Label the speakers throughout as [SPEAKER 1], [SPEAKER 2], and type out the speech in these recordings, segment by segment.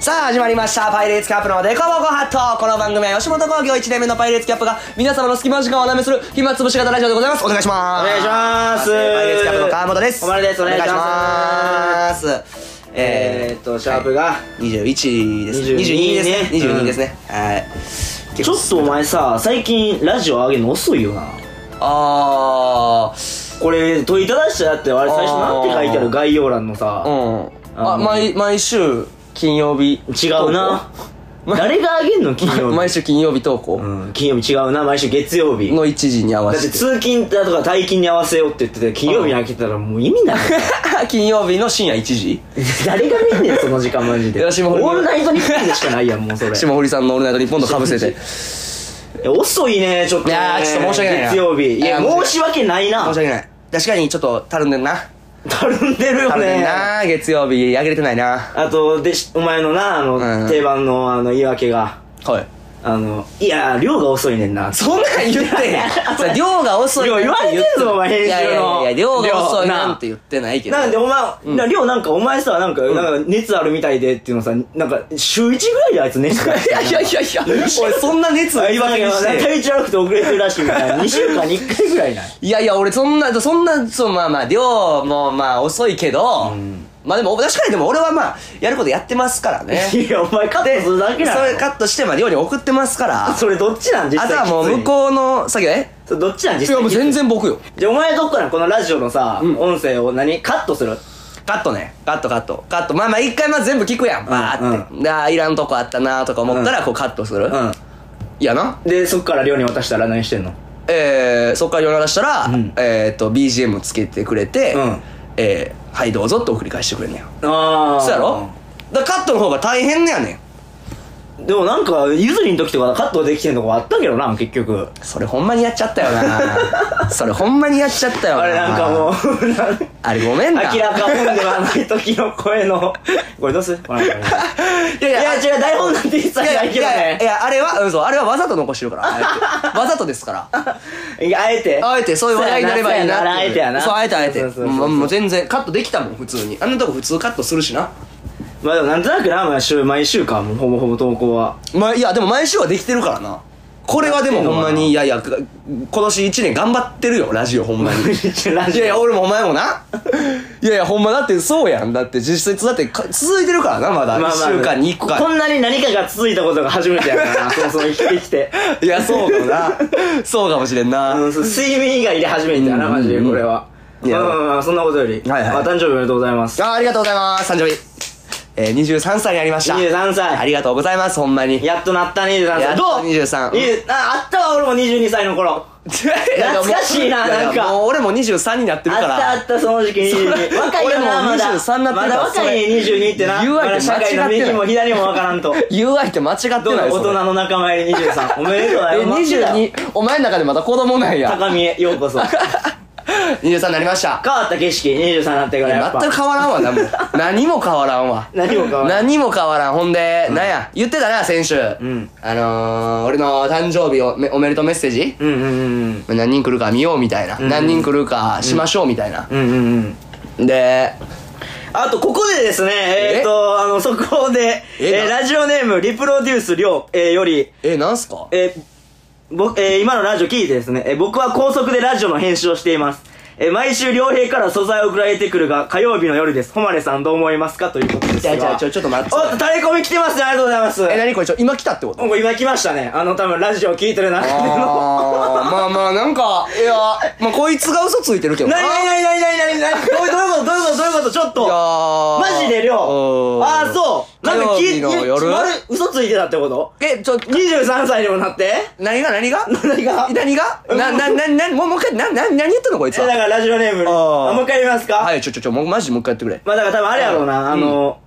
[SPEAKER 1] さあ始まりましたパイレーツキャップのデコボコハットこの番組は吉本興業1年目のパイレーツキャップが皆様の隙間時間をお舐めする暇つぶし型ラジオでございますお願いします
[SPEAKER 2] お願いします
[SPEAKER 1] パイレーツキャップの川本です
[SPEAKER 2] 小丸ですお願いします
[SPEAKER 1] お願いします
[SPEAKER 2] えーっとシャープが
[SPEAKER 1] 21ですね22
[SPEAKER 2] 22
[SPEAKER 1] ですね
[SPEAKER 2] ね
[SPEAKER 1] 22ですねはい
[SPEAKER 2] ちょっとお前さ最近ラジオ上げるの遅いよな
[SPEAKER 1] あー
[SPEAKER 2] これ問いただしたやってあれ最初なんて書いてある概要欄の
[SPEAKER 1] う
[SPEAKER 2] さ
[SPEAKER 1] んあ
[SPEAKER 2] あの
[SPEAKER 1] 毎毎週金曜日
[SPEAKER 2] 違うな
[SPEAKER 1] 投稿
[SPEAKER 2] 誰が上げんの金曜 日
[SPEAKER 1] 毎週金曜日投稿
[SPEAKER 2] うん金曜日違うな毎週月曜日
[SPEAKER 1] の1時に合わ
[SPEAKER 2] だって
[SPEAKER 1] せて
[SPEAKER 2] 通勤だとか退勤に合わせようって言ってて金曜日に開けたらもう意味ない
[SPEAKER 1] 金曜日の深夜1時
[SPEAKER 2] 誰が見んねんその時間マジで
[SPEAKER 1] い
[SPEAKER 2] オ
[SPEAKER 1] や霜降り
[SPEAKER 2] ールナイトニッポンでしかないやんもうそれ
[SPEAKER 1] 下堀さんの「オールナイトニッポン」とかぶせ て
[SPEAKER 2] いや遅いねちょっとね
[SPEAKER 1] いやーちょっと申し訳ないな
[SPEAKER 2] 月曜日いや
[SPEAKER 1] いや
[SPEAKER 2] 申し訳ない
[SPEAKER 1] 申
[SPEAKER 2] な
[SPEAKER 1] し訳ない確かにちょっとたるんでんな
[SPEAKER 2] たるんでる
[SPEAKER 1] た
[SPEAKER 2] よ
[SPEAKER 1] るんでん
[SPEAKER 2] ね
[SPEAKER 1] な月曜日あげれてないな
[SPEAKER 2] あとでしお前のなあの、
[SPEAKER 1] うん
[SPEAKER 2] 定番のあの言い訳が
[SPEAKER 1] はい
[SPEAKER 2] あのいやー量が遅いねんな
[SPEAKER 1] そんなん 言って へんさ量が遅いなん
[SPEAKER 2] 量言われてんぞお前編集
[SPEAKER 1] い
[SPEAKER 2] の
[SPEAKER 1] やいやいや量が遅い
[SPEAKER 2] 量な
[SPEAKER 1] なんて言ってないけど
[SPEAKER 2] なんでお前、な量なんかお前さなんか,、なんか熱あるみたいでっていうのさなんか週1ぐらいであいつ熱が
[SPEAKER 1] いやいやいやい や俺そんな熱を
[SPEAKER 2] あ
[SPEAKER 1] 言
[SPEAKER 2] い
[SPEAKER 1] い
[SPEAKER 2] つなん
[SPEAKER 1] 訳に
[SPEAKER 2] か
[SPEAKER 1] して
[SPEAKER 2] 体調悪くて遅れてるらしいみた いな2週間に1回ぐらいない
[SPEAKER 1] いやいや、俺そんな、そんな、そう、まあまあ、量もまあ遅いけど、まあでも、確かにでも俺はまあ、やること やってますからね。そ
[SPEAKER 2] いやお前カットするだけ
[SPEAKER 1] れ
[SPEAKER 2] なの
[SPEAKER 1] カットして、まあ料理送ってます から、あ
[SPEAKER 2] それどっちなん
[SPEAKER 1] と
[SPEAKER 2] 実際
[SPEAKER 1] はもう向こうの作業、え
[SPEAKER 2] うどっちなん実
[SPEAKER 1] いや
[SPEAKER 2] 際
[SPEAKER 1] もう
[SPEAKER 2] きつい
[SPEAKER 1] 全然僕よ。
[SPEAKER 2] じゃあお前どっからこのラジオのさ、音声を何カットする
[SPEAKER 1] カットね。カットカット。カット。まあまあ一回まあ全部聞くやん。バーって。であーいらんとこあったなとか思ったら、こうカットする。いやな。
[SPEAKER 2] でそっから寮に渡したら何してんの
[SPEAKER 1] えー、そっから夜流したら、
[SPEAKER 2] ん
[SPEAKER 1] えっと、BGM つけてくれて
[SPEAKER 2] うん、
[SPEAKER 1] えー、はいどうぞって送り返してくれんねん。
[SPEAKER 2] ああ
[SPEAKER 1] そうやろだからカットの方が大変やねん
[SPEAKER 2] でもなんかゆずりの時とかカットできてんとこあったけどな結局
[SPEAKER 1] それほんまにやっちゃったよ なそれほんまにやっちゃったよな
[SPEAKER 2] あれなんかもう
[SPEAKER 1] あれごめんな
[SPEAKER 2] 明らか本ではない時の声 のこれどうするこれこれ
[SPEAKER 1] いや
[SPEAKER 2] いや違う台本なんて一切
[SPEAKER 1] いや
[SPEAKER 2] ない
[SPEAKER 1] や
[SPEAKER 2] いけど
[SPEAKER 1] い
[SPEAKER 2] ね
[SPEAKER 1] やあれはうんそうあれはわざと残してるからあえてわざとですから
[SPEAKER 2] いやあえて
[SPEAKER 1] あえてそういう話題になればいいな
[SPEAKER 2] そうやなあえてやな
[SPEAKER 1] そうあえてあえて
[SPEAKER 2] そうそうそうそう
[SPEAKER 1] うんもう全然カットできたもん普通にあんなとこ普通カットするしな
[SPEAKER 2] まあでもなんとなくな毎週毎週かもうほぼほぼ投稿 は
[SPEAKER 1] まあいやでも毎週はできてるからなこれはでもほんまにいやいや今年1年頑張ってるよラジオほんま に
[SPEAKER 2] ラ
[SPEAKER 1] い
[SPEAKER 2] ジ
[SPEAKER 1] やい
[SPEAKER 2] オ
[SPEAKER 1] や、俺もお前もな。いやいや、ほんまだってそうやん。だって実質だってか続いてるからな、まだ。1週間に1回。
[SPEAKER 2] こんなに何かが続いたことが初めてやから なそもそも生きてきて
[SPEAKER 1] いや、そうかもな。そうかもしれんな。
[SPEAKER 2] あのそう睡眠以外で初めてやな
[SPEAKER 1] うんうんうん
[SPEAKER 2] マジでこれはいま
[SPEAKER 1] や
[SPEAKER 2] あまあまあまあそんなことより
[SPEAKER 1] はいはい
[SPEAKER 2] まあ誕生日おめでとうございます
[SPEAKER 1] あありがとうございます。誕生日。えー、23歳になりました。
[SPEAKER 2] 23
[SPEAKER 1] あ
[SPEAKER 2] 歳
[SPEAKER 1] りがとうございます、ほんまに。いや、
[SPEAKER 2] やっとなった23
[SPEAKER 1] やっ
[SPEAKER 2] 歳
[SPEAKER 1] と
[SPEAKER 2] どう
[SPEAKER 1] 23
[SPEAKER 2] 20ああったわ俺も22歳の頃懐かしいな
[SPEAKER 1] やや
[SPEAKER 2] なんか
[SPEAKER 1] もう俺も23になってる
[SPEAKER 2] あっ
[SPEAKER 1] から。
[SPEAKER 2] たあったその時期22若いよなま
[SPEAKER 1] 俺も
[SPEAKER 2] だ
[SPEAKER 1] う23になって
[SPEAKER 2] ま
[SPEAKER 1] るから
[SPEAKER 2] だ若いね22ってな
[SPEAKER 1] 言うわ
[SPEAKER 2] ま
[SPEAKER 1] け
[SPEAKER 2] だ社会
[SPEAKER 1] 間違ってな
[SPEAKER 2] の
[SPEAKER 1] い
[SPEAKER 2] 右も左もわからんと
[SPEAKER 1] 言う相手間違ってない
[SPEAKER 2] どう
[SPEAKER 1] そ
[SPEAKER 2] だ大
[SPEAKER 1] れ
[SPEAKER 2] 人の仲間入り23おめでとうだ
[SPEAKER 1] え、
[SPEAKER 2] よ
[SPEAKER 1] 22、お前の中でまた子供なんや。
[SPEAKER 2] 高みへようこそ変
[SPEAKER 1] 23になりました。
[SPEAKER 2] わった景色23になってからやっぱ
[SPEAKER 1] 全く変わらんわ、何 も。何も変わらんわ。
[SPEAKER 2] 何も変わらん
[SPEAKER 1] 何も変わらん。ほんで、なんや、言ってたな、先週。
[SPEAKER 2] ん
[SPEAKER 1] あのー、俺の誕生日をめおめでとうメッセージ、
[SPEAKER 2] うんうんうん
[SPEAKER 1] 何人来るか見ようみたいな。何人来るかしましょうみたいな。
[SPEAKER 2] うんうんうんうん
[SPEAKER 1] で、
[SPEAKER 2] あと、ここでですね、
[SPEAKER 1] え
[SPEAKER 2] えーっと、あの、そこで、
[SPEAKER 1] え
[SPEAKER 2] えー
[SPEAKER 1] な
[SPEAKER 2] ラジオネーム、リプロデュースりょう、えーより、
[SPEAKER 1] え、なんすか
[SPEAKER 2] えーぼ、えー今のラジオ聞いてですね、えー僕は高速でラジオの編集をしています。えー毎週両平から素材を送られてくるが、火曜日の夜です。誉れさんどう思いますかということです
[SPEAKER 1] ち
[SPEAKER 2] が。
[SPEAKER 1] ょいちょいちょいちょっと待って
[SPEAKER 2] おっと、タレコミ来てますね、ありがとうございます。
[SPEAKER 1] え、何これ、ちょ、今来たってこと
[SPEAKER 2] もう今来ましたね。あの、多分ラジオ聞いてる中での。
[SPEAKER 1] あーまあまあ、なんか、いや、まあこいつが嘘ついてるけど
[SPEAKER 2] な
[SPEAKER 1] な。
[SPEAKER 2] に
[SPEAKER 1] い
[SPEAKER 2] なになになになになにどういうどういうことどういうことどういうことちょっと。
[SPEAKER 1] やー
[SPEAKER 2] マジでりょう。ああ、そう。なんか
[SPEAKER 1] 火
[SPEAKER 2] 聞い
[SPEAKER 1] 曜日の夜
[SPEAKER 2] 丸嘘ついてたってこと
[SPEAKER 1] え、ちょ、
[SPEAKER 2] 23歳にもなって
[SPEAKER 1] 何が何が
[SPEAKER 2] 何が
[SPEAKER 1] 何がな、な、な、な、もうもう一回、な、な、何言ってんのこい
[SPEAKER 2] え
[SPEAKER 1] つ
[SPEAKER 2] だか
[SPEAKER 1] は。
[SPEAKER 2] らラジオネームに
[SPEAKER 1] あー
[SPEAKER 2] あもう一回言いますか、
[SPEAKER 1] はい、ちょちょちょ、もうマジでもう一回やってくれ。
[SPEAKER 2] まあだから多分あれやろうな、あの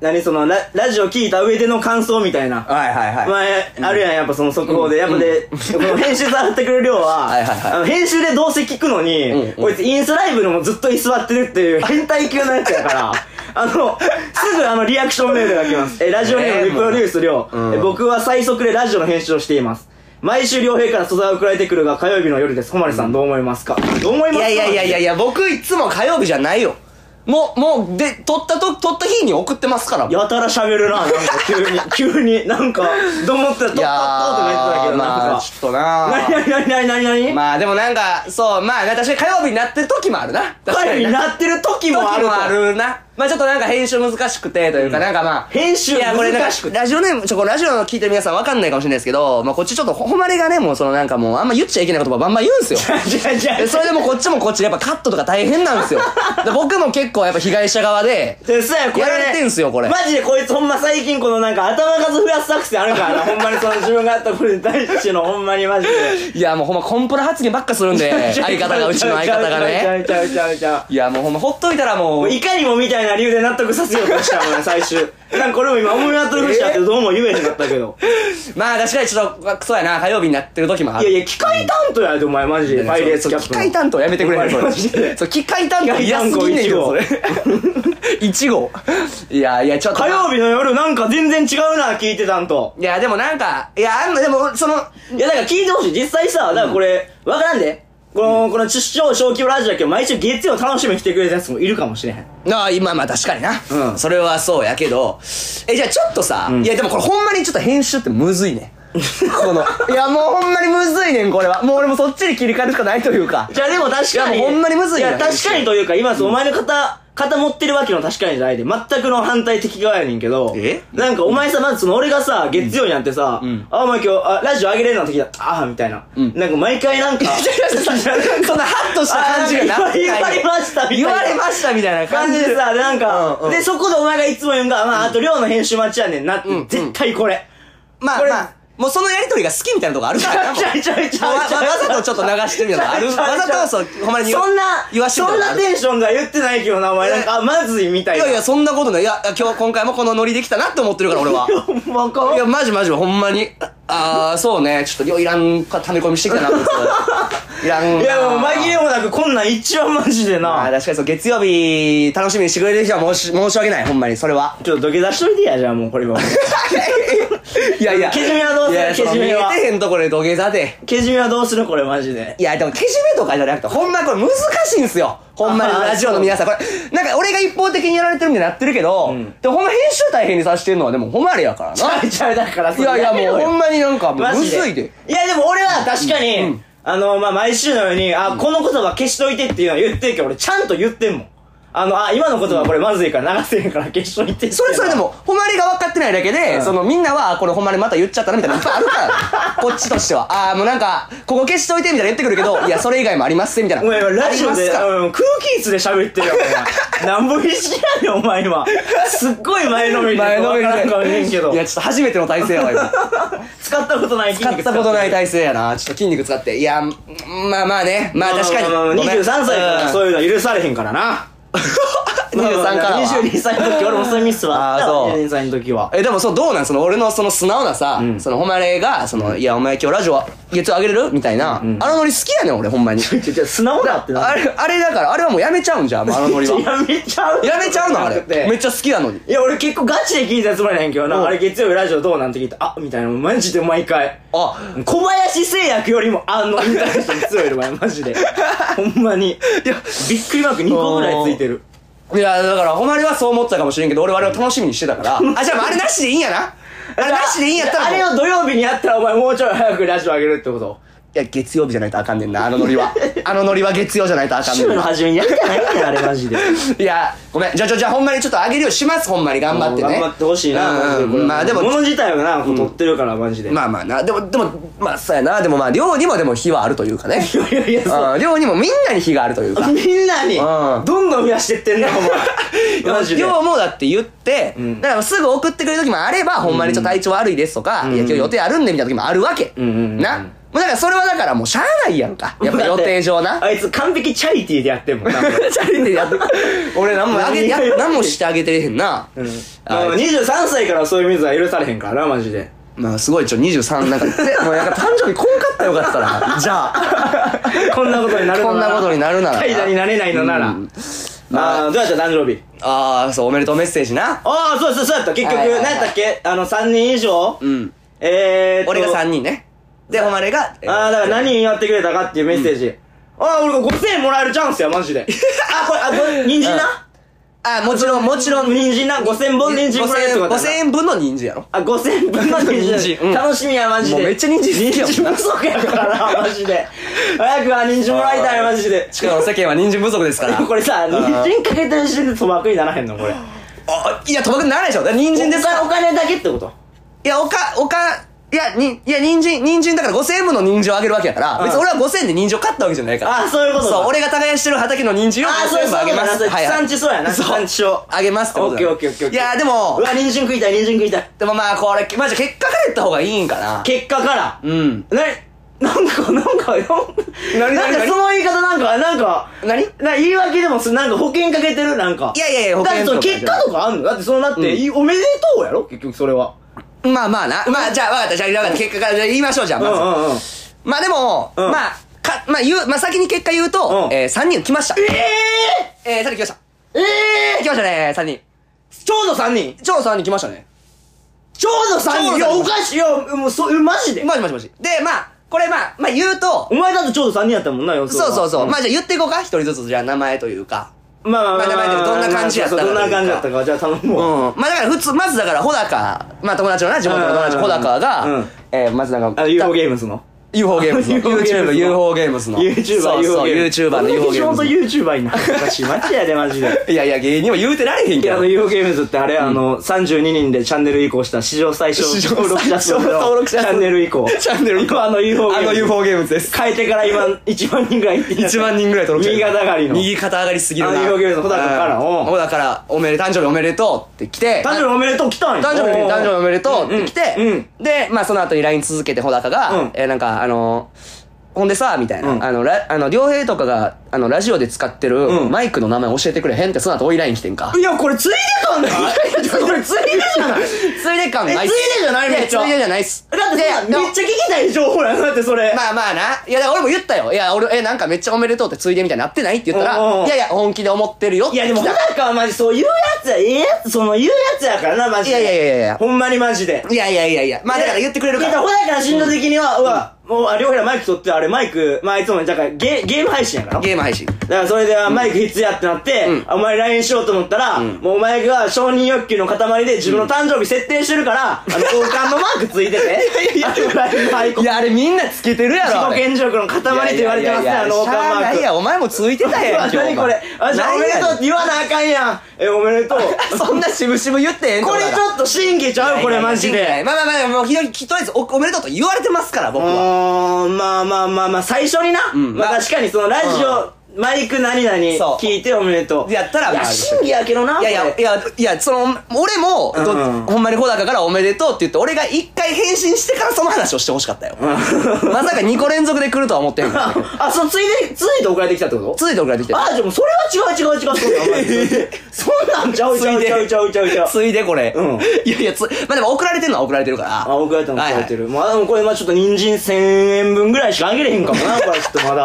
[SPEAKER 2] 何そのララジオ聞いた上での感想みたいな、
[SPEAKER 1] はいはいはい。
[SPEAKER 2] 前あるやんやっぱその速報で、やっぱで、この編集さってくれる量は
[SPEAKER 1] はいはいはい
[SPEAKER 2] あの編集でどうせ聞くのに、
[SPEAKER 1] うんうん
[SPEAKER 2] こいつインスタライブでもずっと居座ってるっていう変態級のやつやから あのすぐあのリアクションメールが来ますえラジオネームリプロデュース量、
[SPEAKER 1] うん
[SPEAKER 2] え僕は最速でラジオの編集をしています毎週両陛下の素材を送られてくるが火曜日の夜です。誉さんどう思いますかどう思います
[SPEAKER 1] い
[SPEAKER 2] か
[SPEAKER 1] やいやいやいやいや、僕いつも火曜日じゃないよ。もう、もう、で、撮ったと、撮った日に送ってますから。
[SPEAKER 2] やたら喋るな、なんか急に、 急に、なんか、どもってた、とっとっととか言って
[SPEAKER 1] ま
[SPEAKER 2] たけど、なん
[SPEAKER 1] あ、
[SPEAKER 2] か。
[SPEAKER 1] ちょっとな
[SPEAKER 2] なになになになになになに
[SPEAKER 1] まあでもなんか、そう、まあ確かに火曜日になってる時もあるな。確か
[SPEAKER 2] 彼に
[SPEAKER 1] な
[SPEAKER 2] なってる時もあ
[SPEAKER 1] 時
[SPEAKER 2] ると
[SPEAKER 1] もあるな。まあちょっとなんか編集難しくてというか、なんかまあ。
[SPEAKER 2] 編集
[SPEAKER 1] いやこれなんか
[SPEAKER 2] 難しくて
[SPEAKER 1] ラジオネーム、ちょ、これラジオの聞いてる皆さんわかんないかもしれないですけど、まあこっちちょっとほ、ほまれがね、もうそのなんかもうあんま言っちゃいけない言葉バンバン言うんすよ。
[SPEAKER 2] 違う違う違
[SPEAKER 1] で
[SPEAKER 2] う。
[SPEAKER 1] それでもこっちもこっちでやっぱカットとか大変なんですよ。で僕も結構やっぱ被害者側で、
[SPEAKER 2] で、そうや、これ、ね。
[SPEAKER 1] やられてんすよこれ
[SPEAKER 2] マジでこいつほんま最近このなんか頭数増やす作戦あるからな。ほんまにその自分がやったことに対してのほんまにマジで。
[SPEAKER 1] いやもうほんまコンプラ発言ばっかするんで、相方が、うちの相方が
[SPEAKER 2] ちゃう
[SPEAKER 1] ね。
[SPEAKER 2] ちゃうちゃうちゃう。
[SPEAKER 1] いやもうほんまほっといたらも
[SPEAKER 2] も
[SPEAKER 1] う
[SPEAKER 2] う、いかにもみたいな理由で納得させようとしたもんね、最終。なんかこれも今思い当たる節あってどうも言えへんかったけど。
[SPEAKER 1] まあ確かにちょっと、クソやな、火曜日になってる時もあ
[SPEAKER 2] い
[SPEAKER 1] る
[SPEAKER 2] や。いや、機械担当やで、お前マジで。パイレーツキャップ
[SPEAKER 1] 機
[SPEAKER 2] の。
[SPEAKER 1] 械担当やめてくれ
[SPEAKER 2] ほんまに
[SPEAKER 1] それ
[SPEAKER 2] マジで
[SPEAKER 1] そう機械担当嫌すぎんねんけどそれ 1号いやいやちょっと
[SPEAKER 2] 火曜日の夜なんか全然違うな、聞いてたんと。
[SPEAKER 1] いやでもなんかいやあんのでもその
[SPEAKER 2] いや、だから聞いてほしい。実際さ、だからこれ、わからんで。この、この、ち小規模ラジオだけど、毎週月曜楽しみに来てくれたやつもいるかもしれへん。
[SPEAKER 1] なあ今まあ確かにな、
[SPEAKER 2] うん
[SPEAKER 1] それはそうやけどえじゃあちょっとさ、いやでもこれほんまにちょっと編集ってむずいねんこの いやもうほんまにむずいねんこれはもう俺もそっちに切り替えるしかないという か
[SPEAKER 2] じゃあでも確かに。
[SPEAKER 1] いやもうほんまにむずい
[SPEAKER 2] い
[SPEAKER 1] な
[SPEAKER 2] や、確かにというか、今、お前の肩、肩持ってるわけの確かにじゃないで、全くの反対的側やねんけど、
[SPEAKER 1] え
[SPEAKER 2] なんかお前さ、まずその俺がさ、月曜になってさ、
[SPEAKER 1] ん
[SPEAKER 2] あ、お前今日、あ、ラジオ上げれるの時だ、ああ、みたいな。なんか毎回 なんか、
[SPEAKER 1] そんなハッとした感じがな
[SPEAKER 2] あー言われましたみたいな
[SPEAKER 1] 言われましたみたいな
[SPEAKER 2] 感
[SPEAKER 1] 感
[SPEAKER 2] じ
[SPEAKER 1] じ
[SPEAKER 2] でさ、でなんか、
[SPEAKER 1] うんうん
[SPEAKER 2] で、そこでお前がいつも言うんが、まあ、あと寮の編集待ちやねんなって、
[SPEAKER 1] うん
[SPEAKER 2] 絶対これ。
[SPEAKER 1] まあ
[SPEAKER 2] これ
[SPEAKER 1] まあ、もうそのやりとりが好きみたいなとこあるからな。 もう
[SPEAKER 2] ちゃいちゃいちゃいちゃい
[SPEAKER 1] わわわざとちょっと流してるよな。ある。
[SPEAKER 2] ちゃいちゃ
[SPEAKER 1] わ
[SPEAKER 2] い
[SPEAKER 1] ざ
[SPEAKER 2] ちゃい
[SPEAKER 1] とそう、ほんまに言わ
[SPEAKER 2] そんな、
[SPEAKER 1] 言わしてる
[SPEAKER 2] そんなテンションが言ってないけどな、お前。なんか、あまずいみたい
[SPEAKER 1] い
[SPEAKER 2] な。
[SPEAKER 1] やいや、そんなことない。いや、今日、今回もこのノリできたなって思ってるから、俺は。
[SPEAKER 2] ほんまか
[SPEAKER 1] いや、マジマジ、ほんまに。ああー、そうね。ちょっと、よういらんか、溜め込みしてきたな、こいついらんな。
[SPEAKER 2] いや、もう紛れもなくこんなん一番マジで
[SPEAKER 1] まあ、
[SPEAKER 2] な。
[SPEAKER 1] 確かにそう、月曜日、楽しみにしてくれる人は申し、申し訳ない、ほんまに、それ は。
[SPEAKER 2] ちょっと土下座しといてや、じゃあもうこれ は。
[SPEAKER 1] いやいや。
[SPEAKER 2] けじめはどうする
[SPEAKER 1] いやその
[SPEAKER 2] けじめは
[SPEAKER 1] 見えてへんところで土下座で。
[SPEAKER 2] けじめはどうするこれマジで。
[SPEAKER 1] いや、でも、けじめとかじゃなくて、ほんまこれ難しいんすよ。ほんまに
[SPEAKER 2] あー
[SPEAKER 1] ラジオの皆さん、これ、なんか俺が一方的にやられてるみたいになってるけど、でもほんま編集大変にさせてるのは、でもほんまあれやから
[SPEAKER 2] ち
[SPEAKER 1] な。
[SPEAKER 2] ゃうちゃうだから
[SPEAKER 1] いやいや、もうほんまになんか、も
[SPEAKER 2] マ
[SPEAKER 1] うむ
[SPEAKER 2] ジ
[SPEAKER 1] ずいで。。
[SPEAKER 2] いや、でも俺は確かに、あの、まあ、毎週のように、あ、この言葉消しといてっていうのは言ってるけど、俺ちゃんと言ってんもん。あの、あ、今の言葉これまずいから流せへんから消しといてっていうのは。
[SPEAKER 1] それそれでも、ほんまりが分かってないだけで、
[SPEAKER 2] うん
[SPEAKER 1] そのみんなは、あこれほんまにまた言っちゃったなみたいなのいっぱいあるからね、 こっちとしては。ああ、もうなんか、ここ消しといてみたいな言ってくるけ ど、いや、それ以外もありますみたいな。
[SPEAKER 2] お前今ラジ
[SPEAKER 1] あ
[SPEAKER 2] オ
[SPEAKER 1] り
[SPEAKER 2] で、
[SPEAKER 1] ますから
[SPEAKER 2] うん、空気椅子で喋ってるよ、 お前。なんぼ必死やねん、お前今。すっごい前のめりで。
[SPEAKER 1] 前のめり
[SPEAKER 2] わからんかもしれんけど
[SPEAKER 1] い。や、ちょっと初めての体勢やわ、今。
[SPEAKER 2] 使ったことない筋
[SPEAKER 1] 使っ
[SPEAKER 2] 肉
[SPEAKER 1] たことない体勢やな。ちょっと筋肉使って。いや、んまあまあね。まあ確かに。
[SPEAKER 2] 23歳から
[SPEAKER 1] いう。
[SPEAKER 2] そういうのは許されへんからな。
[SPEAKER 1] 23からは。
[SPEAKER 2] 22歳の時、俺もそういうミスはあった
[SPEAKER 1] あー
[SPEAKER 2] わ。
[SPEAKER 1] そう
[SPEAKER 2] 22歳の時は。
[SPEAKER 1] え、でもそう、どうなんその、俺のその素直なさ、その、誉れが、その、いや、お前今日ラジオ、月曜あげれるみたいな、あのノリ好きやねん、俺、ほんまに。
[SPEAKER 2] ちょちょ素直だってな。
[SPEAKER 1] あれ、あれだから、あれはもうやめちゃうん じゃん、もうあのノリは。
[SPEAKER 2] やめちゃう
[SPEAKER 1] やめちゃうの、あれ。めっちゃ好きなのに。
[SPEAKER 2] いや、俺結構ガチで聞いたつもりなんやけど
[SPEAKER 1] うん
[SPEAKER 2] な。あれ月曜日ラジオどうなんて聞いたあ、みたいな。マジで毎回。
[SPEAKER 1] あ、
[SPEAKER 2] 小林製薬よりもあのインターネット強いの前、マジ で。ほんまに。いや、びっくりマーク2個ぐらいついてる。
[SPEAKER 1] いや、だから、誉れはそう思ってたかもしれんけど、俺はあれを楽しみにしてたから。あ、じゃあ、あれなしでいいんやな。あれなしでいいんやったらも
[SPEAKER 2] あ
[SPEAKER 1] う。
[SPEAKER 2] れを土曜日にやったらお前もうちょい早くラジオ上げるってこと
[SPEAKER 1] いや、月曜日じゃないとあかんねんな、あのノリ は。あのノリは月曜じゃないとあかんね
[SPEAKER 2] 週
[SPEAKER 1] ん
[SPEAKER 2] の
[SPEAKER 1] な。
[SPEAKER 2] 初めにやるんじゃないんだよ、あれマジで。
[SPEAKER 1] いや、ごめん。じゃあ、じゃあ、じゃあ、ほんまにちょっとあげるようにします、ほんまに。頑張ってね。
[SPEAKER 2] 頑張ってほしいな、
[SPEAKER 1] うんうん、まあ、でも、
[SPEAKER 2] 物自体はな、こう撮ってるから、マジで。
[SPEAKER 1] まあまあな。でも、でも、まあ、そうやな。でもまあ、寮にもでも火はあるというかね。
[SPEAKER 2] いやいやいや、そう。
[SPEAKER 1] うん、寮にもみんなに火があるというか。
[SPEAKER 2] みんなに、
[SPEAKER 1] うん
[SPEAKER 2] どんどん増やしてってんな、お前。マジで。
[SPEAKER 1] 寮もだって言って、だからすぐ送ってくれる時もあれば、ほんまにちょっと体調悪いですとか、いや、今日予定あるんでみたいな時もあるわけ。
[SPEAKER 2] んうんうん
[SPEAKER 1] な。もうだからそれはだからもうしゃあないやんか。やっぱ予定上 な。
[SPEAKER 2] あいつ完璧チャリティーでやってん もんな。もう
[SPEAKER 1] チャリンでやって 俺何もあげや何もしてあげてれへんな、
[SPEAKER 2] うん
[SPEAKER 1] あ
[SPEAKER 2] もう23歳からそういう水は許されへんからな、マジで。
[SPEAKER 1] まあすごいちょ23なんかでもうなんか誕生日こんかったらよかった なじゃあ
[SPEAKER 2] こんなことになるの
[SPEAKER 1] こんなことになるなら
[SPEAKER 2] 怠惰になれないのなら。
[SPEAKER 1] うん
[SPEAKER 2] ああ、どうやった誕生日。
[SPEAKER 1] ああそうおめでとうメッセージな
[SPEAKER 2] ああ、そうそうそうやった。結局、
[SPEAKER 1] はいはいはい
[SPEAKER 2] 何やったっけあの、3人以上
[SPEAKER 1] うん
[SPEAKER 2] えーっと。
[SPEAKER 1] 俺が3人ねでお前が
[SPEAKER 2] ああ、だから
[SPEAKER 1] えー
[SPEAKER 2] 何やってくれたかっていうメッセージ。ああ、俺が5000円もらえるチャンスや、マジで。あ、これ、あ、これ、人参な
[SPEAKER 1] あ、もちろん、もちろん。
[SPEAKER 2] 人参な、5000本人参くらいとかだな。
[SPEAKER 1] 5000円分の人参やろ。
[SPEAKER 2] あ、5000分の人
[SPEAKER 1] 人
[SPEAKER 2] 参、
[SPEAKER 1] 参うん
[SPEAKER 2] 楽しみや、マジで。
[SPEAKER 1] もうめっちゃ人参好きやもん
[SPEAKER 2] 人
[SPEAKER 1] な
[SPEAKER 2] 参不足やからな、マジで。早くは人参もらいたい、マジで。
[SPEAKER 1] しかも世間は人参不足ですから。
[SPEAKER 2] これさ、人参かけてる時点で賭博にならへんの、これ。
[SPEAKER 1] あ、いや、賭博にならないでしょ。だから人参で
[SPEAKER 2] 人参
[SPEAKER 1] す
[SPEAKER 2] で
[SPEAKER 1] から。
[SPEAKER 2] お金だけってこと
[SPEAKER 1] いや、おか、おか、いや、に、いや、人参、人参だから5000円分の人参をあげるわけやから、
[SPEAKER 2] うん
[SPEAKER 1] 別に俺は5000円で人参を買ったわけじゃないから。
[SPEAKER 2] あそういうことだ
[SPEAKER 1] そう、俺が耕してる畑の人参を
[SPEAKER 2] あー、
[SPEAKER 1] 5000
[SPEAKER 2] そう
[SPEAKER 1] 円
[SPEAKER 2] そう
[SPEAKER 1] 分あげま
[SPEAKER 2] だな
[SPEAKER 1] す。
[SPEAKER 2] そう地産地そうやな。
[SPEAKER 1] そ
[SPEAKER 2] 地
[SPEAKER 1] う
[SPEAKER 2] 産地消。
[SPEAKER 1] あげますってこ
[SPEAKER 2] オ
[SPEAKER 1] と
[SPEAKER 2] ッ
[SPEAKER 1] だ
[SPEAKER 2] ケーオッケーオッケーオッケー。
[SPEAKER 1] いや、でも
[SPEAKER 2] う、わ、人参食いたい、人参食いたい。
[SPEAKER 1] でもまあ、これ、まじ結果から言った方がいいんかな。
[SPEAKER 2] 結果から。
[SPEAKER 1] うん。
[SPEAKER 2] なに、なんか、なんか、なんか、
[SPEAKER 1] 何
[SPEAKER 2] なんか
[SPEAKER 1] 何
[SPEAKER 2] その言い方なんか、なんか、
[SPEAKER 1] 何い
[SPEAKER 2] な、言い訳でもす、なんか保険かけてるなんか。
[SPEAKER 1] やいやいや、
[SPEAKER 2] だってその
[SPEAKER 1] じゃ
[SPEAKER 2] 結果とかあんのだってその、だって、
[SPEAKER 1] うん
[SPEAKER 2] いおめでとうやろ結局それは。
[SPEAKER 1] まあまあな。まあ、じゃあ、わかった。じゃあ、わかった。結果から、じゃあ言いましょう、じゃあ、
[SPEAKER 2] うんうん
[SPEAKER 1] ま
[SPEAKER 2] うん。
[SPEAKER 1] ず。まあでも、
[SPEAKER 2] うん
[SPEAKER 1] まあ、か、まあ言う、まあ先に結果言うと
[SPEAKER 2] う、ん
[SPEAKER 1] えー、3人来ました。
[SPEAKER 2] ええ
[SPEAKER 1] えー、3人来ました。
[SPEAKER 2] ー、ええ
[SPEAKER 1] 来ましたね、3人。
[SPEAKER 2] ー、ちょうど3人
[SPEAKER 1] ちょうど3人来ましたね。
[SPEAKER 2] ちょうど3人い
[SPEAKER 1] ちょうど三
[SPEAKER 2] や、
[SPEAKER 1] 人
[SPEAKER 2] おかしいいや、もう、そう、えマジで
[SPEAKER 1] マジマジマジ。で、まあ、これまあ、まあ言うと
[SPEAKER 2] お、前だってちょうど3人やったもんな、予想は
[SPEAKER 1] そうそうそう。
[SPEAKER 2] ん
[SPEAKER 1] まあじゃあ言っていこうか。一人ずつ、じゃあ名前というか。
[SPEAKER 2] まあまあまあ
[SPEAKER 1] まあ名前でどんな感じやったか
[SPEAKER 2] そうそうどんな感じやったか、じゃあ頼
[SPEAKER 1] うん。
[SPEAKER 2] もう。
[SPEAKER 1] まあだから普通、まずだから、ほだか、まあ友達のな、地元の友達、
[SPEAKER 2] うん
[SPEAKER 1] ほだか
[SPEAKER 2] う
[SPEAKER 1] が
[SPEAKER 2] ん、
[SPEAKER 1] えー、まずなん
[SPEAKER 2] あ
[SPEAKER 1] か、
[SPEAKER 2] の、UFO ゲームズの。
[SPEAKER 1] UFO ゲームズの。
[SPEAKER 2] UFO ゲームズの
[SPEAKER 1] YouTube、UFO ゲームズの。
[SPEAKER 2] YouTuber、
[SPEAKER 1] そうそう、
[SPEAKER 2] ゲームズ
[SPEAKER 1] YouTuber の UFO ゲームズ
[SPEAKER 2] こんだけ
[SPEAKER 1] の。
[SPEAKER 2] 地元 YouTuber になったし、マジやで、マジで。
[SPEAKER 1] いやいや、芸人は言うてられへん
[SPEAKER 2] い
[SPEAKER 1] け
[SPEAKER 2] や、あ
[SPEAKER 1] ど
[SPEAKER 2] の、。UFO ゲームズってあれ、あの、32人でチャンネル移行した史上最小
[SPEAKER 1] 史上
[SPEAKER 2] 登録者数の
[SPEAKER 1] 最小登録者数
[SPEAKER 2] チャンネル移行。
[SPEAKER 1] チャンネル移行
[SPEAKER 2] あの UFO ゲー
[SPEAKER 1] あ
[SPEAKER 2] ムズ。
[SPEAKER 1] の UFO ゲームズです。
[SPEAKER 2] 変えてから今、1万人ぐらい行って
[SPEAKER 1] 1万人ぐらい登録
[SPEAKER 2] 右肩上がりの。
[SPEAKER 1] 右肩上がりすぎるな。
[SPEAKER 2] あの UFO ゲームズのほだかから
[SPEAKER 1] うん
[SPEAKER 2] うん
[SPEAKER 1] ほだから、おめで、誕生日おめでとうって来て。
[SPEAKER 2] 誕生日おめでとう来たんや。
[SPEAKER 1] 誕生日おめでとう誕生日おめでとうって来て、
[SPEAKER 2] うんうん
[SPEAKER 1] で、まあその後に LINE 続けて、ほだかが、
[SPEAKER 2] うん
[SPEAKER 1] えーなんか、あのーほんでさ、みたいな。
[SPEAKER 2] うん
[SPEAKER 1] あの、ラ、あの、両平とかが、あの、ラジオで使ってる、
[SPEAKER 2] うん
[SPEAKER 1] マイクの名前教えてくれへんって、その後追い LINE 来てんか。
[SPEAKER 2] いや、これついでたんだこれついでじゃない
[SPEAKER 1] ついで感ないっす
[SPEAKER 2] えついでじゃない
[SPEAKER 1] や
[SPEAKER 2] めっちゃ
[SPEAKER 1] ついでじゃないっす。
[SPEAKER 2] だってさ、
[SPEAKER 1] ででも
[SPEAKER 2] めっちゃ聞きたい情報やな、だってそれ。
[SPEAKER 1] まあまあな。いや、だから俺も言ったよ。いや、俺、え、なんかめっちゃおめでとうってついでみたいになってないって言った
[SPEAKER 2] おうおうお
[SPEAKER 1] ら、
[SPEAKER 2] う
[SPEAKER 1] いやいや、本気で思ってるよって
[SPEAKER 2] いや、でも、
[SPEAKER 1] 来
[SPEAKER 2] ほ
[SPEAKER 1] た
[SPEAKER 2] だかはマジそういうやつや、ええやつ、その言うやつやからな、マジで。
[SPEAKER 1] いやいやいやいや
[SPEAKER 2] ほんまにマジで。
[SPEAKER 1] いやいやいやいや。まあだから言ってくれるか
[SPEAKER 2] いや
[SPEAKER 1] ら。
[SPEAKER 2] ほだから心情的には、うわ、もう、あ、両平マイク取って、あれマイク、まあ、いつもね、だからゲ、ゲーム配信やから。だ
[SPEAKER 1] ゲーム配信。
[SPEAKER 2] からそれではマイク必要やってなって、
[SPEAKER 1] うん
[SPEAKER 2] あお前 LINE しようと思ったら、もうお前が承認欲求の塊で自分の誕生日設定してるから、あの、交換のマーク ついてて。いやいやいや、LINE のアイコン
[SPEAKER 1] いや、あれみんなつけてるやろ。あ
[SPEAKER 2] 自
[SPEAKER 1] れ
[SPEAKER 2] 己顕示欲の塊って言われてますね、あの、
[SPEAKER 1] い
[SPEAKER 2] 交換
[SPEAKER 1] やいやいやしゃあ
[SPEAKER 2] マー
[SPEAKER 1] な
[SPEAKER 2] ク
[SPEAKER 1] い。や、お前もついてた
[SPEAKER 2] う
[SPEAKER 1] や
[SPEAKER 2] わ
[SPEAKER 1] んけ。
[SPEAKER 2] 何これ。あ、じゃあおめでとうって言わなあかんやん。え、おめでとう。
[SPEAKER 1] う。そんな渋々言ってへん
[SPEAKER 2] これちょっと審議ちゃうこれマジで。
[SPEAKER 1] まあまあまあ、もうひどい、とりあえずおおめでとうと言われてますから、僕
[SPEAKER 2] う
[SPEAKER 1] は。
[SPEAKER 2] ーん、まあまあまあまあ、最初にな。
[SPEAKER 1] ん
[SPEAKER 2] まあ確かにそのラジオ、マイク何々
[SPEAKER 1] そう
[SPEAKER 2] 聞いておめでとう。
[SPEAKER 1] やったら
[SPEAKER 2] いや、
[SPEAKER 1] まあ
[SPEAKER 2] 審議やけどな。
[SPEAKER 1] いやいや、
[SPEAKER 2] こ
[SPEAKER 1] い
[SPEAKER 2] れ
[SPEAKER 1] や、いや、その、俺も、ど
[SPEAKER 2] うんうん
[SPEAKER 1] ほんまに小高からおめでとうって言って、俺が一回返信してからその話をしてほしかったよ。まさか2個連続で来るとは思ってへんからね。
[SPEAKER 2] あ、そう、ついで、ついで送られてきたってこと
[SPEAKER 1] 続いて送られてきて。
[SPEAKER 2] あ、じゃあもうそれは違う違う違う。そうだお前そんなん ちゃうちゃうちゃうちゃうちゃうちゃう。
[SPEAKER 1] ついでこれ。
[SPEAKER 2] うん
[SPEAKER 1] いやいや、つ、まあでも送られてるのは送られてるから。
[SPEAKER 2] あ、送られたの
[SPEAKER 1] はい
[SPEAKER 2] 送
[SPEAKER 1] は
[SPEAKER 2] ら
[SPEAKER 1] い
[SPEAKER 2] れてる。まあでもこれまあちょっと人参1000円分ぐらいしかあげれへんかも な、これちょっとまだ。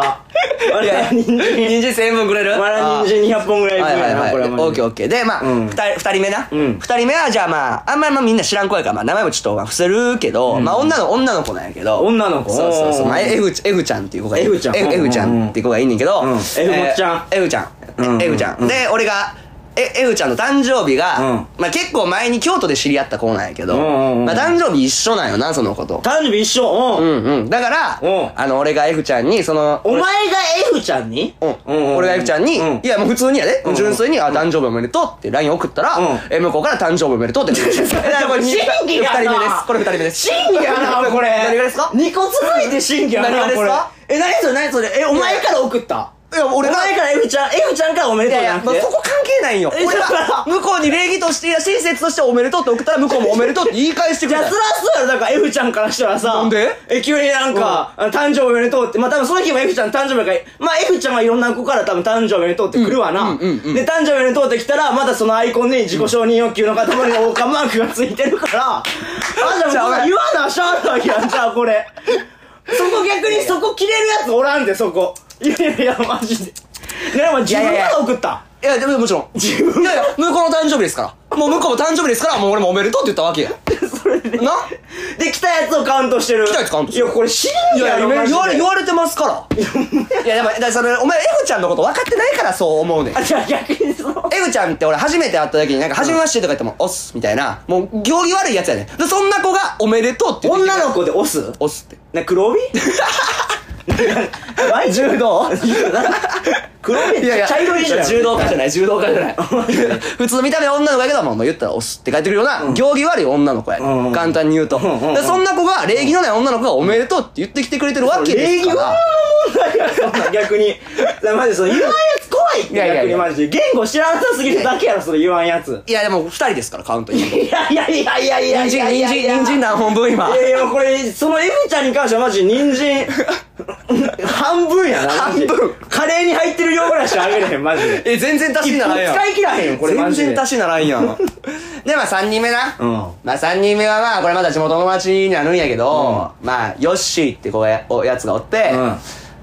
[SPEAKER 1] い
[SPEAKER 2] あれ
[SPEAKER 1] や、
[SPEAKER 2] 人
[SPEAKER 1] 人
[SPEAKER 2] 参。
[SPEAKER 1] 参1000円分くれる
[SPEAKER 2] まだ人参200本ぐらいいく
[SPEAKER 1] はいはい
[SPEAKER 2] や
[SPEAKER 1] は
[SPEAKER 2] な、
[SPEAKER 1] い。
[SPEAKER 2] こ
[SPEAKER 1] オ
[SPEAKER 2] れはマジで
[SPEAKER 1] ッケーオッケー。で、まあ、
[SPEAKER 2] うん
[SPEAKER 1] 二人二人目な。
[SPEAKER 2] う
[SPEAKER 1] 二、
[SPEAKER 2] ん
[SPEAKER 1] 人目は、じゃあまあ、あんまりまあみんな知らん子やから、まあ名前もちょっとまあ伏せるけど、まあ女の、女の子なんやけど。
[SPEAKER 2] 女の子
[SPEAKER 1] そうそうそう。まあ、
[SPEAKER 2] うん
[SPEAKER 1] F、F ちゃんっていう子がい
[SPEAKER 2] F ちゃん
[SPEAKER 1] F, F ちゃんっていう子がいんねんけど。
[SPEAKER 2] うん F もっちゃん
[SPEAKER 1] えー F ちゃ
[SPEAKER 2] うん
[SPEAKER 1] ん。F ちゃん。で、俺が、え、F ちゃんの誕生日が、
[SPEAKER 2] うん
[SPEAKER 1] まあ結構前に京都で知り合った子なんやけど、
[SPEAKER 2] うんうんうん
[SPEAKER 1] まあ誕生日一緒なんよな、その子と。
[SPEAKER 2] 誕生日一緒、う。
[SPEAKER 1] うんんうん。だから
[SPEAKER 2] うん、
[SPEAKER 1] あの、俺が F ちゃんに、その、
[SPEAKER 2] お前が F ちゃんに
[SPEAKER 1] うん、俺がゆきちゃんに、
[SPEAKER 2] う
[SPEAKER 1] いやもう普通にやで、
[SPEAKER 2] ん
[SPEAKER 1] 純粋に、あ、誕生日おめでとうって LINE 送ったら、
[SPEAKER 2] うん
[SPEAKER 1] え向こうから誕生日おめで とうってえだからこれ二
[SPEAKER 2] 真偽やな
[SPEAKER 1] 二人目です。これ二人目です。
[SPEAKER 2] 審議や な、これ。
[SPEAKER 1] 何がですか
[SPEAKER 2] 2個続いて審議やな、
[SPEAKER 1] 何がですか
[SPEAKER 2] これえ、何それ、何それ。え、お前から送った。
[SPEAKER 1] いや、
[SPEAKER 2] お
[SPEAKER 1] 俺が、
[SPEAKER 2] 前から F ちゃん、F ちゃんからおめで
[SPEAKER 1] い
[SPEAKER 2] とう
[SPEAKER 1] やい
[SPEAKER 2] じゃ
[SPEAKER 1] や、
[SPEAKER 2] な
[SPEAKER 1] ま
[SPEAKER 2] く
[SPEAKER 1] あ、そ。
[SPEAKER 2] て
[SPEAKER 1] こ関係ないんよ。
[SPEAKER 2] え
[SPEAKER 1] 俺は、向こうに礼儀として、いや、親切としておめでとうって送ったら、向こうもおめでとうって言い返してく
[SPEAKER 2] じ
[SPEAKER 1] れ
[SPEAKER 2] ゃあ、
[SPEAKER 1] た
[SPEAKER 2] そ。らそうやろ、だから F ちゃんからしたらさ。
[SPEAKER 1] なんで
[SPEAKER 2] え、急になんか、あの誕生日おめでとうって。まあ、多分その日も F ちゃん誕生日やから、まあ、F ちゃんはいろんな子から多分誕生日おめでとうって来るわな。
[SPEAKER 1] うんうんうんうん
[SPEAKER 2] で、誕生日おめでとうって来たら、またそのアイコンに自己承認欲求の塊の王冠マークがついてるから、 あ、じ
[SPEAKER 1] じ
[SPEAKER 2] ゃ
[SPEAKER 1] ゃ
[SPEAKER 2] あ
[SPEAKER 1] あお
[SPEAKER 2] もう
[SPEAKER 1] 前
[SPEAKER 2] 言わなしゃあないやん、じゃあこれ。そこ逆にそこ切れるやつおらんで、そこ。いやいや、マジで。ね、お前自分
[SPEAKER 1] いやいや
[SPEAKER 2] か
[SPEAKER 1] い
[SPEAKER 2] ら
[SPEAKER 1] や
[SPEAKER 2] 送った。
[SPEAKER 1] いや、でももちろん。
[SPEAKER 2] 自 分
[SPEAKER 1] いやいや、向こうの誕生日ですから。もう向こうも誕生日ですから、もう俺もおめでとうって言ったわけや。
[SPEAKER 2] それで
[SPEAKER 1] な
[SPEAKER 2] で、来たやつをカウントしてる。来
[SPEAKER 1] たやつカウントしてる
[SPEAKER 2] いや、これ死
[SPEAKER 1] い
[SPEAKER 2] ん
[SPEAKER 1] や
[SPEAKER 2] や
[SPEAKER 1] い
[SPEAKER 2] ろ、
[SPEAKER 1] や
[SPEAKER 2] マジ
[SPEAKER 1] 言われ
[SPEAKER 2] で。
[SPEAKER 1] 言われてますからいやでもだからそれお前 F ちゃんのこと分かってないからそう思うねん
[SPEAKER 2] あ、じゃあ逆にその。
[SPEAKER 1] F ちゃんって俺初めて会った時になんか初めましてとか言っても「おっす」みたいなもう行儀悪いやつやねんでそんな子が「おめでとう」って言ってきて
[SPEAKER 2] 女の子で押す
[SPEAKER 1] 「おっす」って
[SPEAKER 2] な、黒帯マジ
[SPEAKER 1] 柔道
[SPEAKER 2] 黒帯茶色いじゃん。
[SPEAKER 1] 柔道家じゃない柔道家じゃない普通の見た目は女の子やけどもう言ったら「おっす」って書いてくるような、行儀悪い女の子やね、
[SPEAKER 2] うんうんん
[SPEAKER 1] 簡単に言うと、
[SPEAKER 2] んうんうん
[SPEAKER 1] でそんな子が礼儀のない女の子が「おめでとう」って言ってきてくれてるわけで
[SPEAKER 2] 礼
[SPEAKER 1] す
[SPEAKER 2] 儀
[SPEAKER 1] か
[SPEAKER 2] はの
[SPEAKER 1] ら
[SPEAKER 2] 問題やそんなん逆に。だマジその言わんやつ怖いって
[SPEAKER 1] いやいや
[SPEAKER 2] 逆
[SPEAKER 1] いや
[SPEAKER 2] にマジで。言語知らなさすぎるだけやろ、それ言わんやつ。
[SPEAKER 1] いやでも2人ですからカウントに
[SPEAKER 2] いやいやいやいやいや
[SPEAKER 1] 人
[SPEAKER 2] い
[SPEAKER 1] 参
[SPEAKER 2] やい
[SPEAKER 1] 人
[SPEAKER 2] やいや。
[SPEAKER 1] 参人参何本分今
[SPEAKER 2] いやいや、もうこれ、その F ちゃんに関してはマジ人参、半分やな、マジで
[SPEAKER 1] 半分
[SPEAKER 2] カレーに入ってる量ぐらいしかあげれへん、マジで。
[SPEAKER 1] え全然足しにならんやん
[SPEAKER 2] 一本使い切らへんよこれマジで
[SPEAKER 1] 全然足しにならんやん でまあ3人目な、
[SPEAKER 2] うん
[SPEAKER 1] まあ3人目はまあこれまだ地元の町になるんやけど、まあヨッシーってこうやおやつがおって、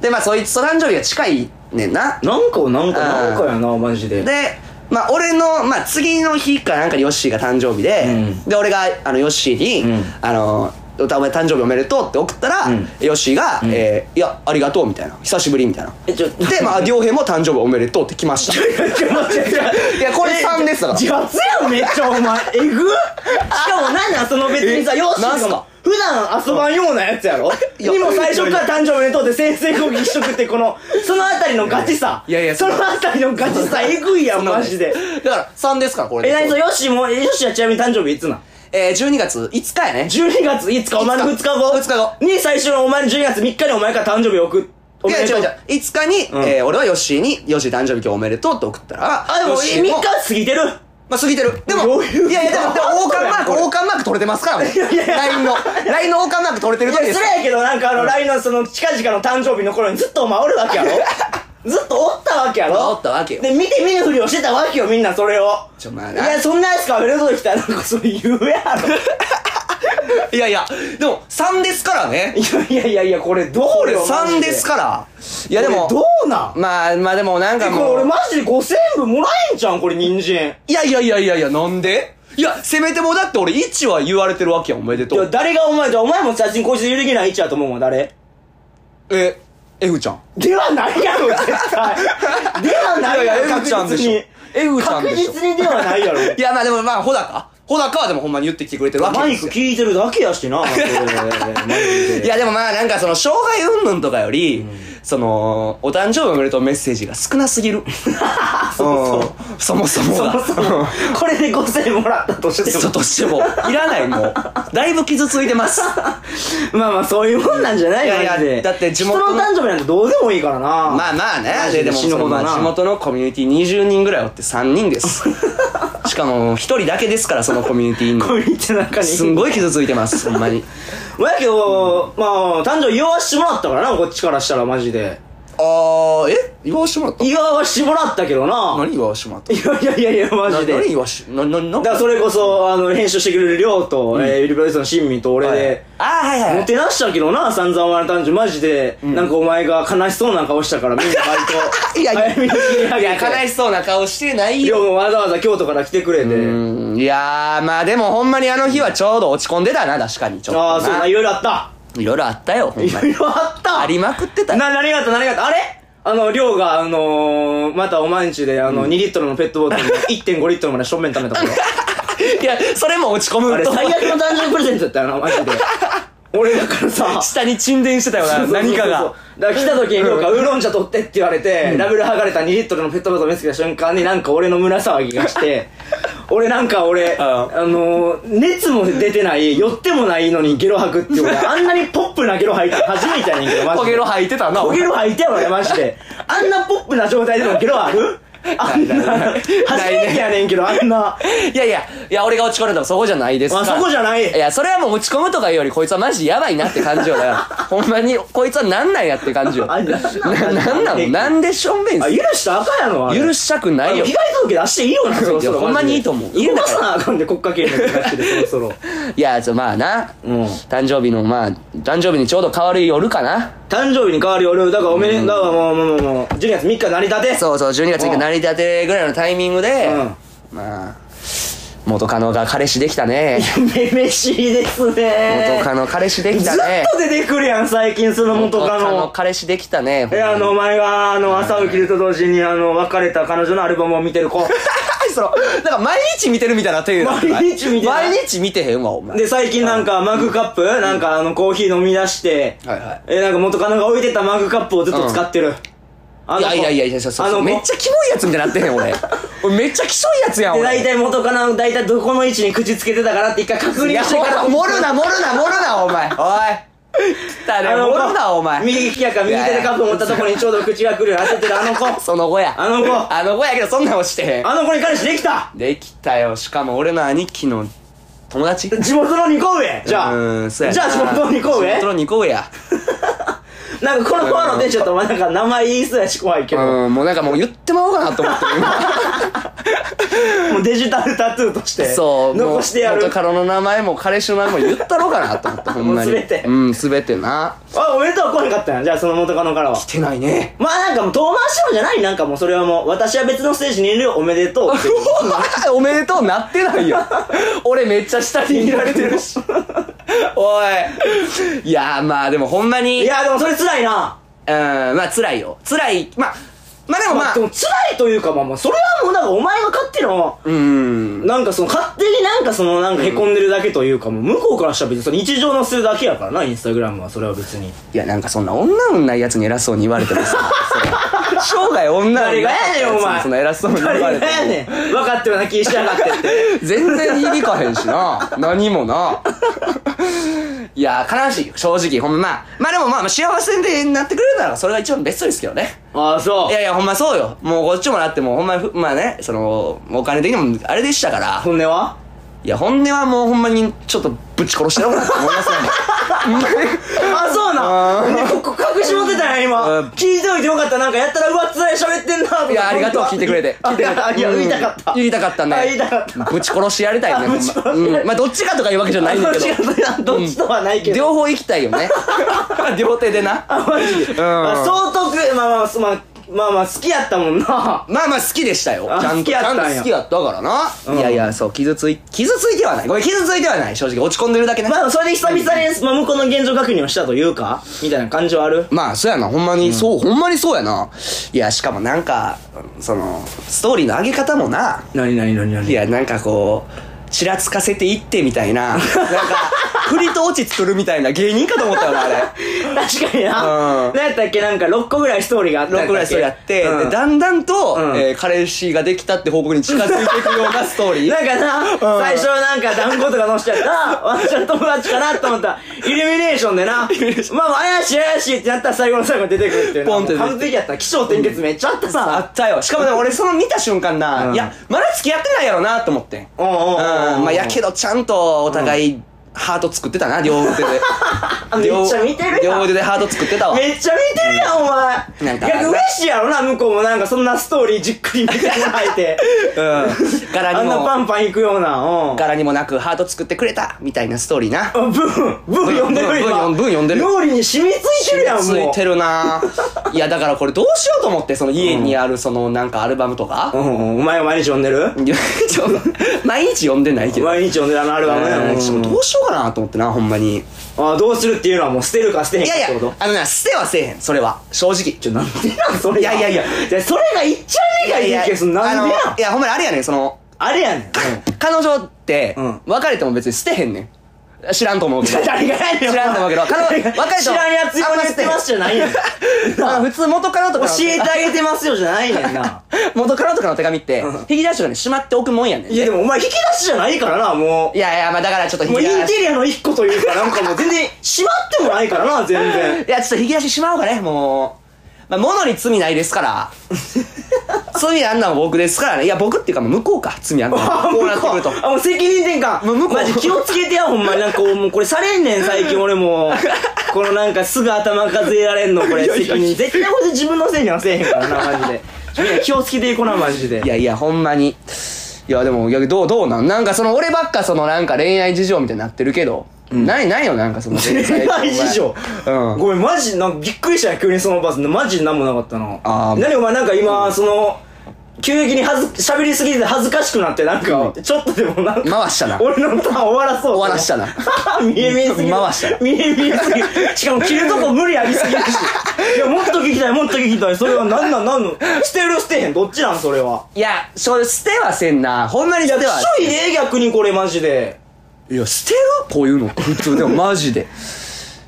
[SPEAKER 1] でまあそいつと誕生日が近いねんな
[SPEAKER 2] なんかなんか
[SPEAKER 1] あー
[SPEAKER 2] なんかやな、マジで。
[SPEAKER 1] でまあ俺の、まあ、次の日かなんかにヨッシーが誕生日で、
[SPEAKER 2] うん
[SPEAKER 1] で俺があのヨッシーに「
[SPEAKER 2] うん
[SPEAKER 1] あのお前誕生日おめでとう」って送ったら、
[SPEAKER 2] うん
[SPEAKER 1] ヨッシーが、えーいやありがとう」みたいな「久しぶり」みたいな
[SPEAKER 2] えちょ
[SPEAKER 1] で まあ両平も誕生日おめでとうって来ま した
[SPEAKER 2] ちょ待って
[SPEAKER 1] いやこれ3ですだから
[SPEAKER 2] 自発やんめっちゃお前えぐっしかも何なんその別にさ
[SPEAKER 1] え
[SPEAKER 2] よし
[SPEAKER 1] なんすか
[SPEAKER 2] 普段遊ばんようなやつやろ
[SPEAKER 1] いや
[SPEAKER 2] にも最初から誕生日おめでとうって先生講義一色ってこのそのあたりのガチさ
[SPEAKER 1] いやいや
[SPEAKER 2] そのあたりのガチさえぐいやんマジで
[SPEAKER 1] だから3ですからこれ
[SPEAKER 2] え
[SPEAKER 1] で
[SPEAKER 2] 何そのよしもえよしはちなみに誕生日いつなん
[SPEAKER 1] えー、12月5日やね
[SPEAKER 2] 12月5日お前の2日後
[SPEAKER 1] 二日後
[SPEAKER 2] に最初のお前の12月3日にお前から誕生日送っお
[SPEAKER 1] いや
[SPEAKER 2] め
[SPEAKER 1] 違
[SPEAKER 2] でと
[SPEAKER 1] う
[SPEAKER 2] う
[SPEAKER 1] 違う5日に、
[SPEAKER 2] ん
[SPEAKER 1] えー俺はヨッシーに「ヨッシー誕生日今日おめでとう」って送ったら
[SPEAKER 2] あでも
[SPEAKER 1] ヨッシ
[SPEAKER 2] 3
[SPEAKER 1] ー
[SPEAKER 2] 日
[SPEAKER 1] も
[SPEAKER 2] 過ぎてる
[SPEAKER 1] まあ過ぎてるで
[SPEAKER 2] ど
[SPEAKER 1] も
[SPEAKER 2] ういう
[SPEAKER 1] いやいやでもで も王冠マーク
[SPEAKER 2] これ
[SPEAKER 1] 王冠マーク取れてますからもう LINE の LINE の王冠マーク取れてる時
[SPEAKER 2] い
[SPEAKER 1] で
[SPEAKER 2] や
[SPEAKER 1] す
[SPEAKER 2] それやけどなんかあの LINE のその近々の誕生日の頃にずっとお前おる わけやろずっとおったわけやろ
[SPEAKER 1] おったわけよ
[SPEAKER 2] で見て見ぬふりをしてたわけよみんなそれを
[SPEAKER 1] ちょまあ
[SPEAKER 2] い
[SPEAKER 1] な
[SPEAKER 2] やそんなやつかフレードできたらなんかそう言 うや
[SPEAKER 1] いやいやでも3ですからね
[SPEAKER 2] ろいやいやいやいやこれどう
[SPEAKER 1] こ
[SPEAKER 2] 俺
[SPEAKER 1] れ3ですからいやでも
[SPEAKER 2] どうなん
[SPEAKER 1] まあまあでもなん
[SPEAKER 2] え
[SPEAKER 1] か
[SPEAKER 2] これ
[SPEAKER 1] も
[SPEAKER 2] 俺
[SPEAKER 1] う
[SPEAKER 2] マジで5000分もらえんじゃんこれ人参
[SPEAKER 1] いやいやいやいやいやなんでいやせめてもだって俺1は言われてるわけやんおめで
[SPEAKER 2] い
[SPEAKER 1] と
[SPEAKER 2] や
[SPEAKER 1] う
[SPEAKER 2] 誰がお前じゃあお前も写真こいつ有的な位置やと思うもん誰
[SPEAKER 1] え F ちゃん
[SPEAKER 2] ではないやろ絶対 ではないやろ
[SPEAKER 1] いやいや F ちゃんで
[SPEAKER 2] 確
[SPEAKER 1] しょ
[SPEAKER 2] 実に
[SPEAKER 1] F ちゃんで
[SPEAKER 2] 確
[SPEAKER 1] しょ
[SPEAKER 2] 実にではないやろ
[SPEAKER 1] いやまあでもまあ穂高穂高はでもほんまに言ってきてくれてるわけ
[SPEAKER 2] マ
[SPEAKER 1] で
[SPEAKER 2] イ
[SPEAKER 1] す
[SPEAKER 2] ク
[SPEAKER 1] よ
[SPEAKER 2] 聞いてるだけ やしな。マジで
[SPEAKER 1] いやでもまあなんかその障害云々とかより、そのお誕生日おめでとうメッセージが少なすぎるうん そもそも
[SPEAKER 2] そ
[SPEAKER 1] が
[SPEAKER 2] もそも、これで5000円もらったと して
[SPEAKER 1] そう
[SPEAKER 2] も。
[SPEAKER 1] としてもいらないもうだいぶ傷ついて ます
[SPEAKER 2] まあまあ、そういうもんなんじゃない
[SPEAKER 1] い
[SPEAKER 2] の
[SPEAKER 1] やいや
[SPEAKER 2] マジで
[SPEAKER 1] だって地元の
[SPEAKER 2] 人の誕生日なんてどうでもいいからな。
[SPEAKER 1] まあまあ
[SPEAKER 2] マ
[SPEAKER 1] ね
[SPEAKER 2] ジ
[SPEAKER 1] で
[SPEAKER 2] で
[SPEAKER 1] でも
[SPEAKER 2] 死ぬ
[SPEAKER 1] その
[SPEAKER 2] ほど
[SPEAKER 1] ま
[SPEAKER 2] な
[SPEAKER 1] あ地 元のコミュニティ20人ぐらいおって3人です しかも1人だけですからそのコミュニティ
[SPEAKER 2] コ
[SPEAKER 1] に
[SPEAKER 2] ミュニティの中に。
[SPEAKER 1] すんごい傷ついてますほんまに
[SPEAKER 2] まあやけど、まあ、誕生日祝わしてもらったからな、こっちからしたらマジで。
[SPEAKER 1] ああえ言わしてもらった
[SPEAKER 2] 祝わしてもらったけどな。
[SPEAKER 1] 何言わしてもらった
[SPEAKER 2] いやいやいやいや、マジで。
[SPEAKER 1] 何言わし何何
[SPEAKER 2] だからそれこそ、あの、編集してくれるりょうと、えー、ウィルプレイスの親民と俺で、
[SPEAKER 1] ああはいはい
[SPEAKER 2] もてなしたけどな、散々お前の誕生日、マジで、なんかお前が悲しそうな顔したから、みんな割 と、
[SPEAKER 1] いやいや
[SPEAKER 2] 早めに切り上
[SPEAKER 1] いや
[SPEAKER 2] げて、
[SPEAKER 1] 悲しそうな顔してない
[SPEAKER 2] りょ
[SPEAKER 1] よ
[SPEAKER 2] うもわざわざ京都から来てくれて、
[SPEAKER 1] うんいやーまあでもほんまにあの日はちょうど落ち込んでたな確かにちょっとな
[SPEAKER 2] ああ、そうだ、いろいろあった。
[SPEAKER 1] いろいろあったよほん
[SPEAKER 2] い
[SPEAKER 1] ま
[SPEAKER 2] ろい
[SPEAKER 1] に
[SPEAKER 2] ろあった
[SPEAKER 1] ありまくってたよ
[SPEAKER 2] な、何があった、何があった、あれあの、りょうが、あのー、またお前んちで、あの、2リットルのペットボト ルに1.5リットルまで正面溜めたから。
[SPEAKER 1] いやそれも落ち込
[SPEAKER 2] あ
[SPEAKER 1] む
[SPEAKER 2] れ、
[SPEAKER 1] と
[SPEAKER 2] 最悪の誕生日プレゼントやったよな、マジで。俺だからさ、
[SPEAKER 1] 下に沈殿してたよな何か
[SPEAKER 2] そう
[SPEAKER 1] が
[SPEAKER 2] そうそう。だから来た時に、なんか、ウーロン茶取ってって言われて、ラベル剥がれた2リットルのペットボトル見つけた瞬間に、なんか俺の胸騒ぎ がして、俺なんか俺、あのー、熱も出てない、寄ってもないのにゲロ吐くっていう、俺あんなにポップなゲロ吐いたの初めてやねんけど、マジ
[SPEAKER 1] ポ
[SPEAKER 2] で。
[SPEAKER 1] ゲロ吐いてたな
[SPEAKER 2] ポゲロ吐いてやろね、マジで。あんなポップな状態でのゲロあるあんな、初めてやねんけど、あんな。
[SPEAKER 1] いやいやいや俺が落ち込んでたのそこじゃないですか
[SPEAKER 2] あ、そこじゃない。
[SPEAKER 1] いやそれはもう落ち込むとかいうよりこいつはマジやばいなって感じよな ほんまにこいつはなんなんやって感じよ
[SPEAKER 2] あ
[SPEAKER 1] な
[SPEAKER 2] れなんなん
[SPEAKER 1] なんなのなんでしょんべん
[SPEAKER 2] あ、
[SPEAKER 1] す
[SPEAKER 2] 許したらあかんやろ、あれ
[SPEAKER 1] 許したくないよ
[SPEAKER 2] 被害届出していいよな、そろそ
[SPEAKER 1] い
[SPEAKER 2] ろ。
[SPEAKER 1] やほんまにいいと思う
[SPEAKER 2] 言い出さなあかんで、国家権力出してる、そ ろそろ。
[SPEAKER 1] いやちょまあな、
[SPEAKER 2] うん
[SPEAKER 1] 誕生日のまあ誕生日にちょうど変わる夜かな
[SPEAKER 2] 誕生日に代わり俺、だからおめで、だからもう、もう、もう、もう、12月3日成り立て。
[SPEAKER 1] そうそう12月3
[SPEAKER 2] う
[SPEAKER 1] 日
[SPEAKER 2] ん
[SPEAKER 1] 成り立てぐらいのタイミングで、まあ元カノが彼氏できたね。
[SPEAKER 2] めめしいですね
[SPEAKER 1] 元カノ彼氏で
[SPEAKER 2] ず
[SPEAKER 1] きたね
[SPEAKER 2] っ。と出てくるやん最近その元カノ
[SPEAKER 1] 彼氏できたね。
[SPEAKER 2] えあのお前があの朝起きると同時にあの別れた彼女のアルバムを見てる子
[SPEAKER 1] その、なんか毎日見てるみたいな手な
[SPEAKER 2] 毎日見てない
[SPEAKER 1] 毎日見てへんわ、お前。
[SPEAKER 2] で最近なんかマグカップなんかあのコーヒー飲み出して
[SPEAKER 1] はいはい
[SPEAKER 2] えなんか元カノが置いてたマグカップをずっと使ってるあ
[SPEAKER 1] い
[SPEAKER 2] の
[SPEAKER 1] や
[SPEAKER 2] 子
[SPEAKER 1] いやいやいや、そうそう
[SPEAKER 2] あの子
[SPEAKER 1] めっちゃキモいやつみたいになってへん、 俺。俺めっちゃキソいやつやん、
[SPEAKER 2] で
[SPEAKER 1] 俺。
[SPEAKER 2] 大体元カノ大体どこの位置に口つけてたからって一回確
[SPEAKER 1] い
[SPEAKER 2] 認
[SPEAKER 1] や、
[SPEAKER 2] してから
[SPEAKER 1] ほら盛るな、盛るな、盛るな、お前。おい。来たね、
[SPEAKER 2] あの
[SPEAKER 1] 盛るな、お前。
[SPEAKER 2] 右利きやから右手でカップ持ったとこにちょうど口が来る焦ってるあの子
[SPEAKER 1] その後や。
[SPEAKER 2] あの子
[SPEAKER 1] あの子やけど、そんなんをしてへん。
[SPEAKER 2] あの子に彼氏できた
[SPEAKER 1] できたよ。しかも俺の兄貴の友達
[SPEAKER 2] 地元の二個上じゃ
[SPEAKER 1] う
[SPEAKER 2] あ
[SPEAKER 1] ーん、そうやな
[SPEAKER 2] じゃあ地元の二個上
[SPEAKER 1] 地元の二個上や。
[SPEAKER 2] なんかこのフォアのテンションとお前なんか名前言いそうやし怖いけど、
[SPEAKER 1] うん、もうなんかもう言ってまおうかなと思ってる
[SPEAKER 2] もうデジタルタトゥーとして
[SPEAKER 1] 今 そう
[SPEAKER 2] 残してや
[SPEAKER 1] もう
[SPEAKER 2] る
[SPEAKER 1] 元カノの名前も彼氏の名前も言ったろうかなと思 ってほんまに
[SPEAKER 2] もう全て
[SPEAKER 1] うん全てな
[SPEAKER 2] あおめでとう来へんかったんやじゃあその元カノからは
[SPEAKER 1] 来てないね
[SPEAKER 2] まあなんかもう遠回しようじゃないなんかもうそれはもう私は別のステージにいるよおめでとうって
[SPEAKER 1] おめでとうなってない よ俺めっちゃ下に見られてる しおいいやーまあでもほんまに
[SPEAKER 2] いやでもそれ辛いな
[SPEAKER 1] うんまあ辛いよ辛いまあまあでもま
[SPEAKER 2] ま
[SPEAKER 1] あ
[SPEAKER 2] あでも辛いというかまあまあそれはもうなんかお前が勝手の
[SPEAKER 1] うん
[SPEAKER 2] なんかその勝手になんかそのなんかへこんでるだけというかもう向こうからしたら別にその日常のするだけやからなインスタグラムはそれは別に
[SPEAKER 1] いやなんかそんな女運ないやつに偉そうに言われてもさ それ生涯女運な
[SPEAKER 2] 誰がやねんお前
[SPEAKER 1] そんな偉そうに言わ
[SPEAKER 2] 誰が
[SPEAKER 1] れても
[SPEAKER 2] やねん分かってるような気しやがってって
[SPEAKER 1] 全然響かへんしな。何もな。いや、悲しいよ、正直。ほんま、まあ、まあでもまあ、まあ幸せでなってくれるなら、それが一番ベストですけどね。
[SPEAKER 2] ああそ
[SPEAKER 1] いうやいや、ほんまそうよ。もうこっちもなって、もうほんまふ、まあね、その、お金的にもあれでしたから。
[SPEAKER 2] 本音はい
[SPEAKER 1] や、本音はもうほんまに、ちょっとぶち殺してやろうかなって思いますね。
[SPEAKER 2] あそうなねここ隠し持ってたんや
[SPEAKER 1] う
[SPEAKER 2] 今
[SPEAKER 1] ん
[SPEAKER 2] 聞いておいてよかったなんかやったら上っ面で喋ってんなと思って
[SPEAKER 1] いや、ありがとう、聞いてくれて。
[SPEAKER 2] あ
[SPEAKER 1] 聞いてくれて
[SPEAKER 2] いやいや言いたかった
[SPEAKER 1] うん言いたかったね。
[SPEAKER 2] あ言いたかった
[SPEAKER 1] ぶち殺してやりたいね、ほん
[SPEAKER 2] ぶち殺
[SPEAKER 1] ま。
[SPEAKER 2] してやりたい
[SPEAKER 1] うん。まあ、どっちかとかいうわけじゃないんだけど。
[SPEAKER 2] どっちかどっちとはないけど
[SPEAKER 1] 両方行きたいよ ね。両手でな。
[SPEAKER 2] あマジでまあ相当くまあまあすまあまあまあ好きやったもんな
[SPEAKER 1] まあ まあ好きでしたよ。ち
[SPEAKER 2] あ
[SPEAKER 1] ゃんと、
[SPEAKER 2] 好き
[SPEAKER 1] ち
[SPEAKER 2] やっ
[SPEAKER 1] ゃ
[SPEAKER 2] たん
[SPEAKER 1] ん
[SPEAKER 2] や
[SPEAKER 1] と好きやったからな。
[SPEAKER 2] うん
[SPEAKER 1] いやいや、そう、傷つい、傷ついてはない。ごめん、傷ついてはない。正直、落ち込んでるだけね。
[SPEAKER 2] まあそれで久々にまあ向こうの現状確認をしたというかみたいな感情ある
[SPEAKER 1] まあ、そうやな。ほんまに、そう、ほんまにそうやな。いや、しかもなんか、その、ストーリーの上げ方もな。
[SPEAKER 2] 何何何何
[SPEAKER 1] いや、なんかこう、ちらつかせていってみたい な。なんか、振りと落ち作るみたいな芸人かと思ったよな、あれ。
[SPEAKER 2] 確かにな、
[SPEAKER 1] うん
[SPEAKER 2] 何やったっけなんか6個ぐらいストーリーがあったん
[SPEAKER 1] 6個ぐらいそれやって、
[SPEAKER 2] うん
[SPEAKER 1] でだんだんと、
[SPEAKER 2] うん
[SPEAKER 1] えー彼氏ができたって報告に近づいていくようなストーリ ー。
[SPEAKER 2] なんかな、最初なんか団子とか乗しちゃった、私の友達かなと思ったら、イルミネーションでな、まあまあ怪しい怪しいってなったら最後の最後に出てくるっていうな。
[SPEAKER 1] ポンって出て
[SPEAKER 2] 完璧やった。気象転結めっちゃあっ た
[SPEAKER 1] あ
[SPEAKER 2] さ。
[SPEAKER 1] ったよ。しかもね、俺その見た瞬間な、
[SPEAKER 2] うん
[SPEAKER 1] いや、まだ付き合ってないやろなと思ってん。
[SPEAKER 2] うんうんうんうん
[SPEAKER 1] まあ、やけどちゃんとお互い、ハート作ってたな、両 腕で
[SPEAKER 2] あ。めっちゃ見てるやん
[SPEAKER 1] 両腕でハート作ってたわ。
[SPEAKER 2] めっちゃ見てるやん、お
[SPEAKER 1] な
[SPEAKER 2] 前。
[SPEAKER 1] んか
[SPEAKER 2] 逆嬉しいやろな、向こうもなんかそんなストーリーじっくり見てもらえて。
[SPEAKER 1] うん。柄
[SPEAKER 2] あん
[SPEAKER 1] に
[SPEAKER 2] なパ
[SPEAKER 1] も、
[SPEAKER 2] ンパン行くような、うん。
[SPEAKER 1] 柄にもなくハート作ってくれた、みたいなストーリーな。
[SPEAKER 2] あブン、ブン読んでる
[SPEAKER 1] ブン
[SPEAKER 2] 今。
[SPEAKER 1] ブン読んでる
[SPEAKER 2] 脳裏に染みついてるやん、もう。
[SPEAKER 1] ついてるないや、だからこれどうしようと思って、その家にある、そのなんかアルバムと
[SPEAKER 2] う
[SPEAKER 1] か。
[SPEAKER 2] んうん、お前毎日読んでる
[SPEAKER 1] いやちょ毎日読んでないけど。
[SPEAKER 2] 毎日読んでるあのアルバムや
[SPEAKER 1] うん
[SPEAKER 2] も
[SPEAKER 1] ちょっとどうしようかなと思ってな、ほんまに。
[SPEAKER 2] あどうするっていうのはもう捨てるか捨てへん
[SPEAKER 1] い
[SPEAKER 2] か
[SPEAKER 1] や
[SPEAKER 2] ってこ
[SPEAKER 1] い
[SPEAKER 2] と
[SPEAKER 1] や、あのな、捨てはせえへん、それは。正直。
[SPEAKER 2] ちょなんでなんそれが
[SPEAKER 1] いやいやいや
[SPEAKER 2] じゃあそれがいっちゃねえがいいけどそのなんで
[SPEAKER 1] あ
[SPEAKER 2] な
[SPEAKER 1] の
[SPEAKER 2] ん
[SPEAKER 1] いや、ほんまにあれやねん、その、
[SPEAKER 2] あれや ねん
[SPEAKER 1] 彼女って
[SPEAKER 2] うん、
[SPEAKER 1] 別れても別に捨てへんねん。知らんと思うけど。
[SPEAKER 2] 誰がやねん
[SPEAKER 1] 知らんと思うけど、彼女、別れても。
[SPEAKER 2] 知らんやつ用に言ってますじゃないやん教
[SPEAKER 1] あ普通元カノとかの。
[SPEAKER 2] えてあげてますよじゃないねんな
[SPEAKER 1] 元カノとかの手紙って、引き出しとかにしまっておくもんやねん。
[SPEAKER 2] いやでもお前引き出しじゃないからなも
[SPEAKER 1] いやいや、まあだからちょっと
[SPEAKER 2] うも
[SPEAKER 1] 引き
[SPEAKER 2] うイ
[SPEAKER 1] 出
[SPEAKER 2] ン
[SPEAKER 1] し。
[SPEAKER 2] テリアの一個というかなんかもう全然しまってもないからな全 然
[SPEAKER 1] いや、ちょっと引き出ししまおうかね、もう。まあ、物に罪ないです から。罪あんのは僕ですからね。いや、僕っていうか、もう向こうか、罪あんのは。こうなってくると。
[SPEAKER 2] あもう責任転換
[SPEAKER 1] もう向こう
[SPEAKER 2] マジ気をつけてやほんまになんかこうもうこれされんねん最近俺 もこのなんかすぐ頭数えられんのこれ責任絶対これ自分のせいにはせえへんからなマ ジでみんな気をつけていこうなマジで
[SPEAKER 1] いやいや、ほんまに。いや、でも、いや、どう、どうなんなんかその、俺ばっかその、なんか恋愛事情みたいになってるけど、ない、ないよ、なんかその、
[SPEAKER 2] 恋愛事情
[SPEAKER 1] うん。
[SPEAKER 2] ごめんマジなんかびっくりしたよ急にそのバスマジなんもなかったな
[SPEAKER 1] あー
[SPEAKER 2] 何お前なんか今その急激にはず喋りすぎて恥ずかしくなってなんか、ちょっとでもなんか
[SPEAKER 1] 回したな
[SPEAKER 2] 俺のターン終わらそう
[SPEAKER 1] 終わらしたな
[SPEAKER 2] 見え見えすぎる
[SPEAKER 1] 回したな
[SPEAKER 2] 見え見えすぎるしかも着るとこ無理ありすぎる しいやもっと聞きたいもっと聞きたいそれは何なん何の捨てる捨てへんどっちなんそれはい
[SPEAKER 1] やそう捨てはせんなほんまに捨ては
[SPEAKER 2] ちょいね逆にこれマジで
[SPEAKER 1] いや捨てるこういうの普通でもマジで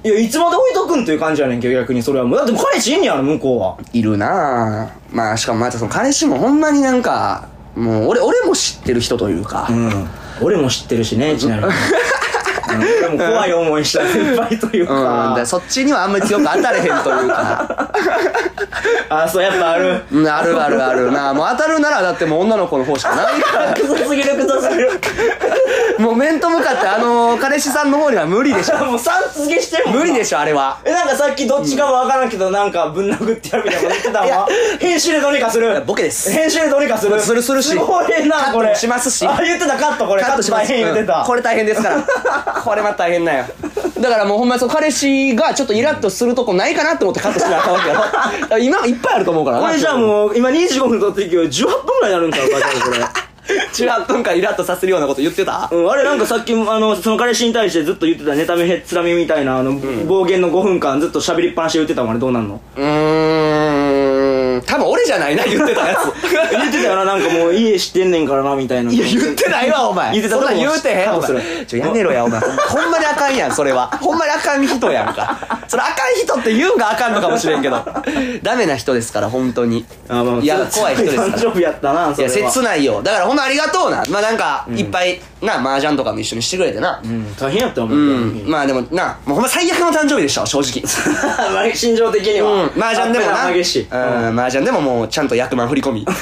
[SPEAKER 2] いやいつまで置いとくんっていう感じやねんけど逆にそれはもうだって彼氏いんねやろ向こうはい
[SPEAKER 1] るなあまあしかもまたその彼氏もほんまになんかもう俺俺も知ってる人というか、
[SPEAKER 2] うん俺も知ってるしねちなみに うん俺も怖い思いした先輩という
[SPEAKER 1] うん、だ
[SPEAKER 2] か
[SPEAKER 1] からそっちにはあんまり強く当たれへんというか。
[SPEAKER 2] あそうやっぱある
[SPEAKER 1] うんあるあるあるな。もう当たるならだってもう女の子の方しかない から。
[SPEAKER 2] クソすぎるクソすぎる
[SPEAKER 1] もう面と向かってあの彼氏さんの方には無理でしょ。
[SPEAKER 2] もうさん付けしてるもん
[SPEAKER 1] 無理でしょ、あれは。
[SPEAKER 2] えなんかさっきどっちかもわからんけどなんかぶん殴ってやるみたいなこと言ってたわ編集でどうにかする
[SPEAKER 1] ボケです
[SPEAKER 2] 編集でどうにかする
[SPEAKER 1] するするし
[SPEAKER 2] すごい
[SPEAKER 1] カッ
[SPEAKER 2] な
[SPEAKER 1] ト
[SPEAKER 2] これ
[SPEAKER 1] もしますし
[SPEAKER 2] あ言ってたカットこ れ
[SPEAKER 1] カットします
[SPEAKER 2] 大変言ってた
[SPEAKER 1] うんこれ大変ですからこれまた大変なんよだからもうほんまにその彼氏がちょっとイラッとするとこないかなって思ってカットしなあかんわけよ だから今いっぱいあると思うから
[SPEAKER 2] これじゃあ
[SPEAKER 1] う
[SPEAKER 2] もう今25分撮ってるけど18分ぐらいになるんちゃうか多分これ
[SPEAKER 1] 18分間イラッとさせるようなこと言ってた
[SPEAKER 2] うん、あれなんかさっきもあのその彼氏に対してずっと言ってたネタ目へっつらみみたいなあの、暴言の5分間ずっと喋りっぱなしで言ってたもんあれどうなんの
[SPEAKER 1] うーん多分俺じゃないな言ってたやつ
[SPEAKER 2] 言ってたよななんかもう家知ってんねんからなみたいない
[SPEAKER 1] や言ってないわお前
[SPEAKER 2] 言ってた
[SPEAKER 1] そ
[SPEAKER 2] と
[SPEAKER 1] ん
[SPEAKER 2] こ
[SPEAKER 1] なん 言うてへんお
[SPEAKER 2] 多分それ
[SPEAKER 1] 前ちょやめろやお前ほんまにあかんやんそれはほんまにあかん人やんかそれあかん人って言うんがあかんのかもしれんけどダメな人ですから本当に
[SPEAKER 2] あまあ
[SPEAKER 1] いや怖い人ですから
[SPEAKER 2] 誕生日やったなそ
[SPEAKER 1] い
[SPEAKER 2] れ
[SPEAKER 1] や
[SPEAKER 2] は
[SPEAKER 1] 切ないよだからほんまありがとうなまあなんかいっぱい、な麻雀とかも一緒にしてくれてな
[SPEAKER 2] うん大変やったもん、
[SPEAKER 1] うん、
[SPEAKER 2] うん
[SPEAKER 1] まあでもなもうほんま最悪の誕生日でした正直
[SPEAKER 2] まあ心情的には、
[SPEAKER 1] うん麻雀でも
[SPEAKER 2] アップ
[SPEAKER 1] な
[SPEAKER 2] ダウン激しい、
[SPEAKER 1] うん
[SPEAKER 2] あ
[SPEAKER 1] 麻雀でももうちゃんと役満振り 込み
[SPEAKER 2] ま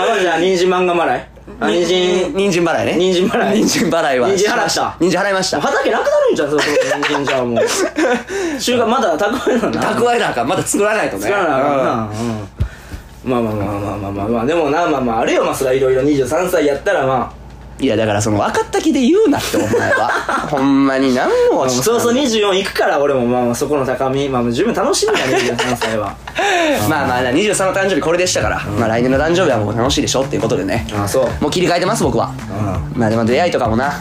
[SPEAKER 2] あじゃあ人参漫画まらいあ人参
[SPEAKER 1] 人参払いね
[SPEAKER 2] 人参払い
[SPEAKER 1] 人参払いは
[SPEAKER 2] 人参払った
[SPEAKER 1] 人参払いました
[SPEAKER 2] 畑なくなるんじゃんそろそろ人参じゃあも う収穫まだ蓄えなんだ
[SPEAKER 1] 蓄えなんかまだ作らないとね
[SPEAKER 2] つかなあかんな、うんまあまあまあまあまあまあまあでもなまあまああるよまあそれはいろいろ23歳やったらま
[SPEAKER 1] うんいやだからその分かった気で言うなってお前は ほんまに何も
[SPEAKER 2] あそうそう24いくから俺もまあまあそこの高みまあまあ十分楽しみだね23歳 は
[SPEAKER 1] まあまあな23の誕生日これでしたから、まあ来年の誕生日はもう楽しいでしょっていうことでね
[SPEAKER 2] ああそう
[SPEAKER 1] もう切り替えてます僕は、まあでも出会いとかもな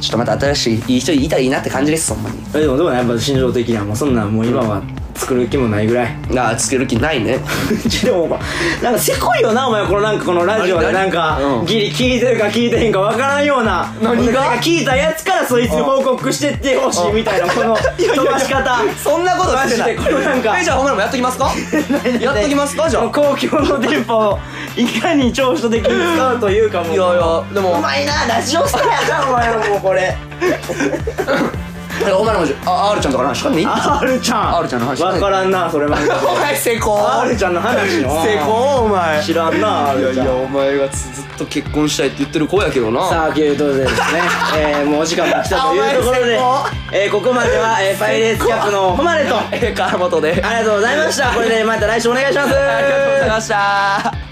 [SPEAKER 1] ちょっとまた新しいいい人いたらいいなって感じですほんまに
[SPEAKER 2] えでもどうなんやっぱ心情的にはもうそんなんもう今は作る気もないぐらい
[SPEAKER 1] ああつける気ないね
[SPEAKER 2] ちょでもなんかせこいよなお前このなんかこのラジオでなん
[SPEAKER 1] 何
[SPEAKER 2] か
[SPEAKER 1] うん
[SPEAKER 2] ギリ聞いてるか聞いてへんかわからんような
[SPEAKER 1] 何が
[SPEAKER 2] なんか聞いたやつからそいつに報告してってほしいみたいなこの飛ばし方
[SPEAKER 1] そんなことしてない
[SPEAKER 2] マジでこれなんか
[SPEAKER 1] えじゃあほんまにもやっときます かやっときますかじゃあ
[SPEAKER 2] 公共の電波をいかに長所的に使うというかもう
[SPEAKER 1] いやいやでも
[SPEAKER 2] うまいなラジオスターやなお前はもうこれ
[SPEAKER 1] えお前らもじゃあ R ちゃんとかの話かんね
[SPEAKER 2] R ちゃん
[SPEAKER 1] R ちゃんの話
[SPEAKER 2] わからんなそれは
[SPEAKER 1] お前せこ
[SPEAKER 2] R ちゃんの話よ
[SPEAKER 1] お前
[SPEAKER 2] 知らんな R ちゃん
[SPEAKER 1] お前がずっと結婚したいって言ってる子やけどな
[SPEAKER 2] さあということ でですね、えー、もうお時間が来たというところで
[SPEAKER 1] お前成、
[SPEAKER 2] えー、ここまでは、えー、パイレーツキャップの誉れとあ
[SPEAKER 1] え川本で
[SPEAKER 2] りがとうございましたこれでまた来週お願いしま
[SPEAKER 1] あ
[SPEAKER 2] す
[SPEAKER 1] りがとうございました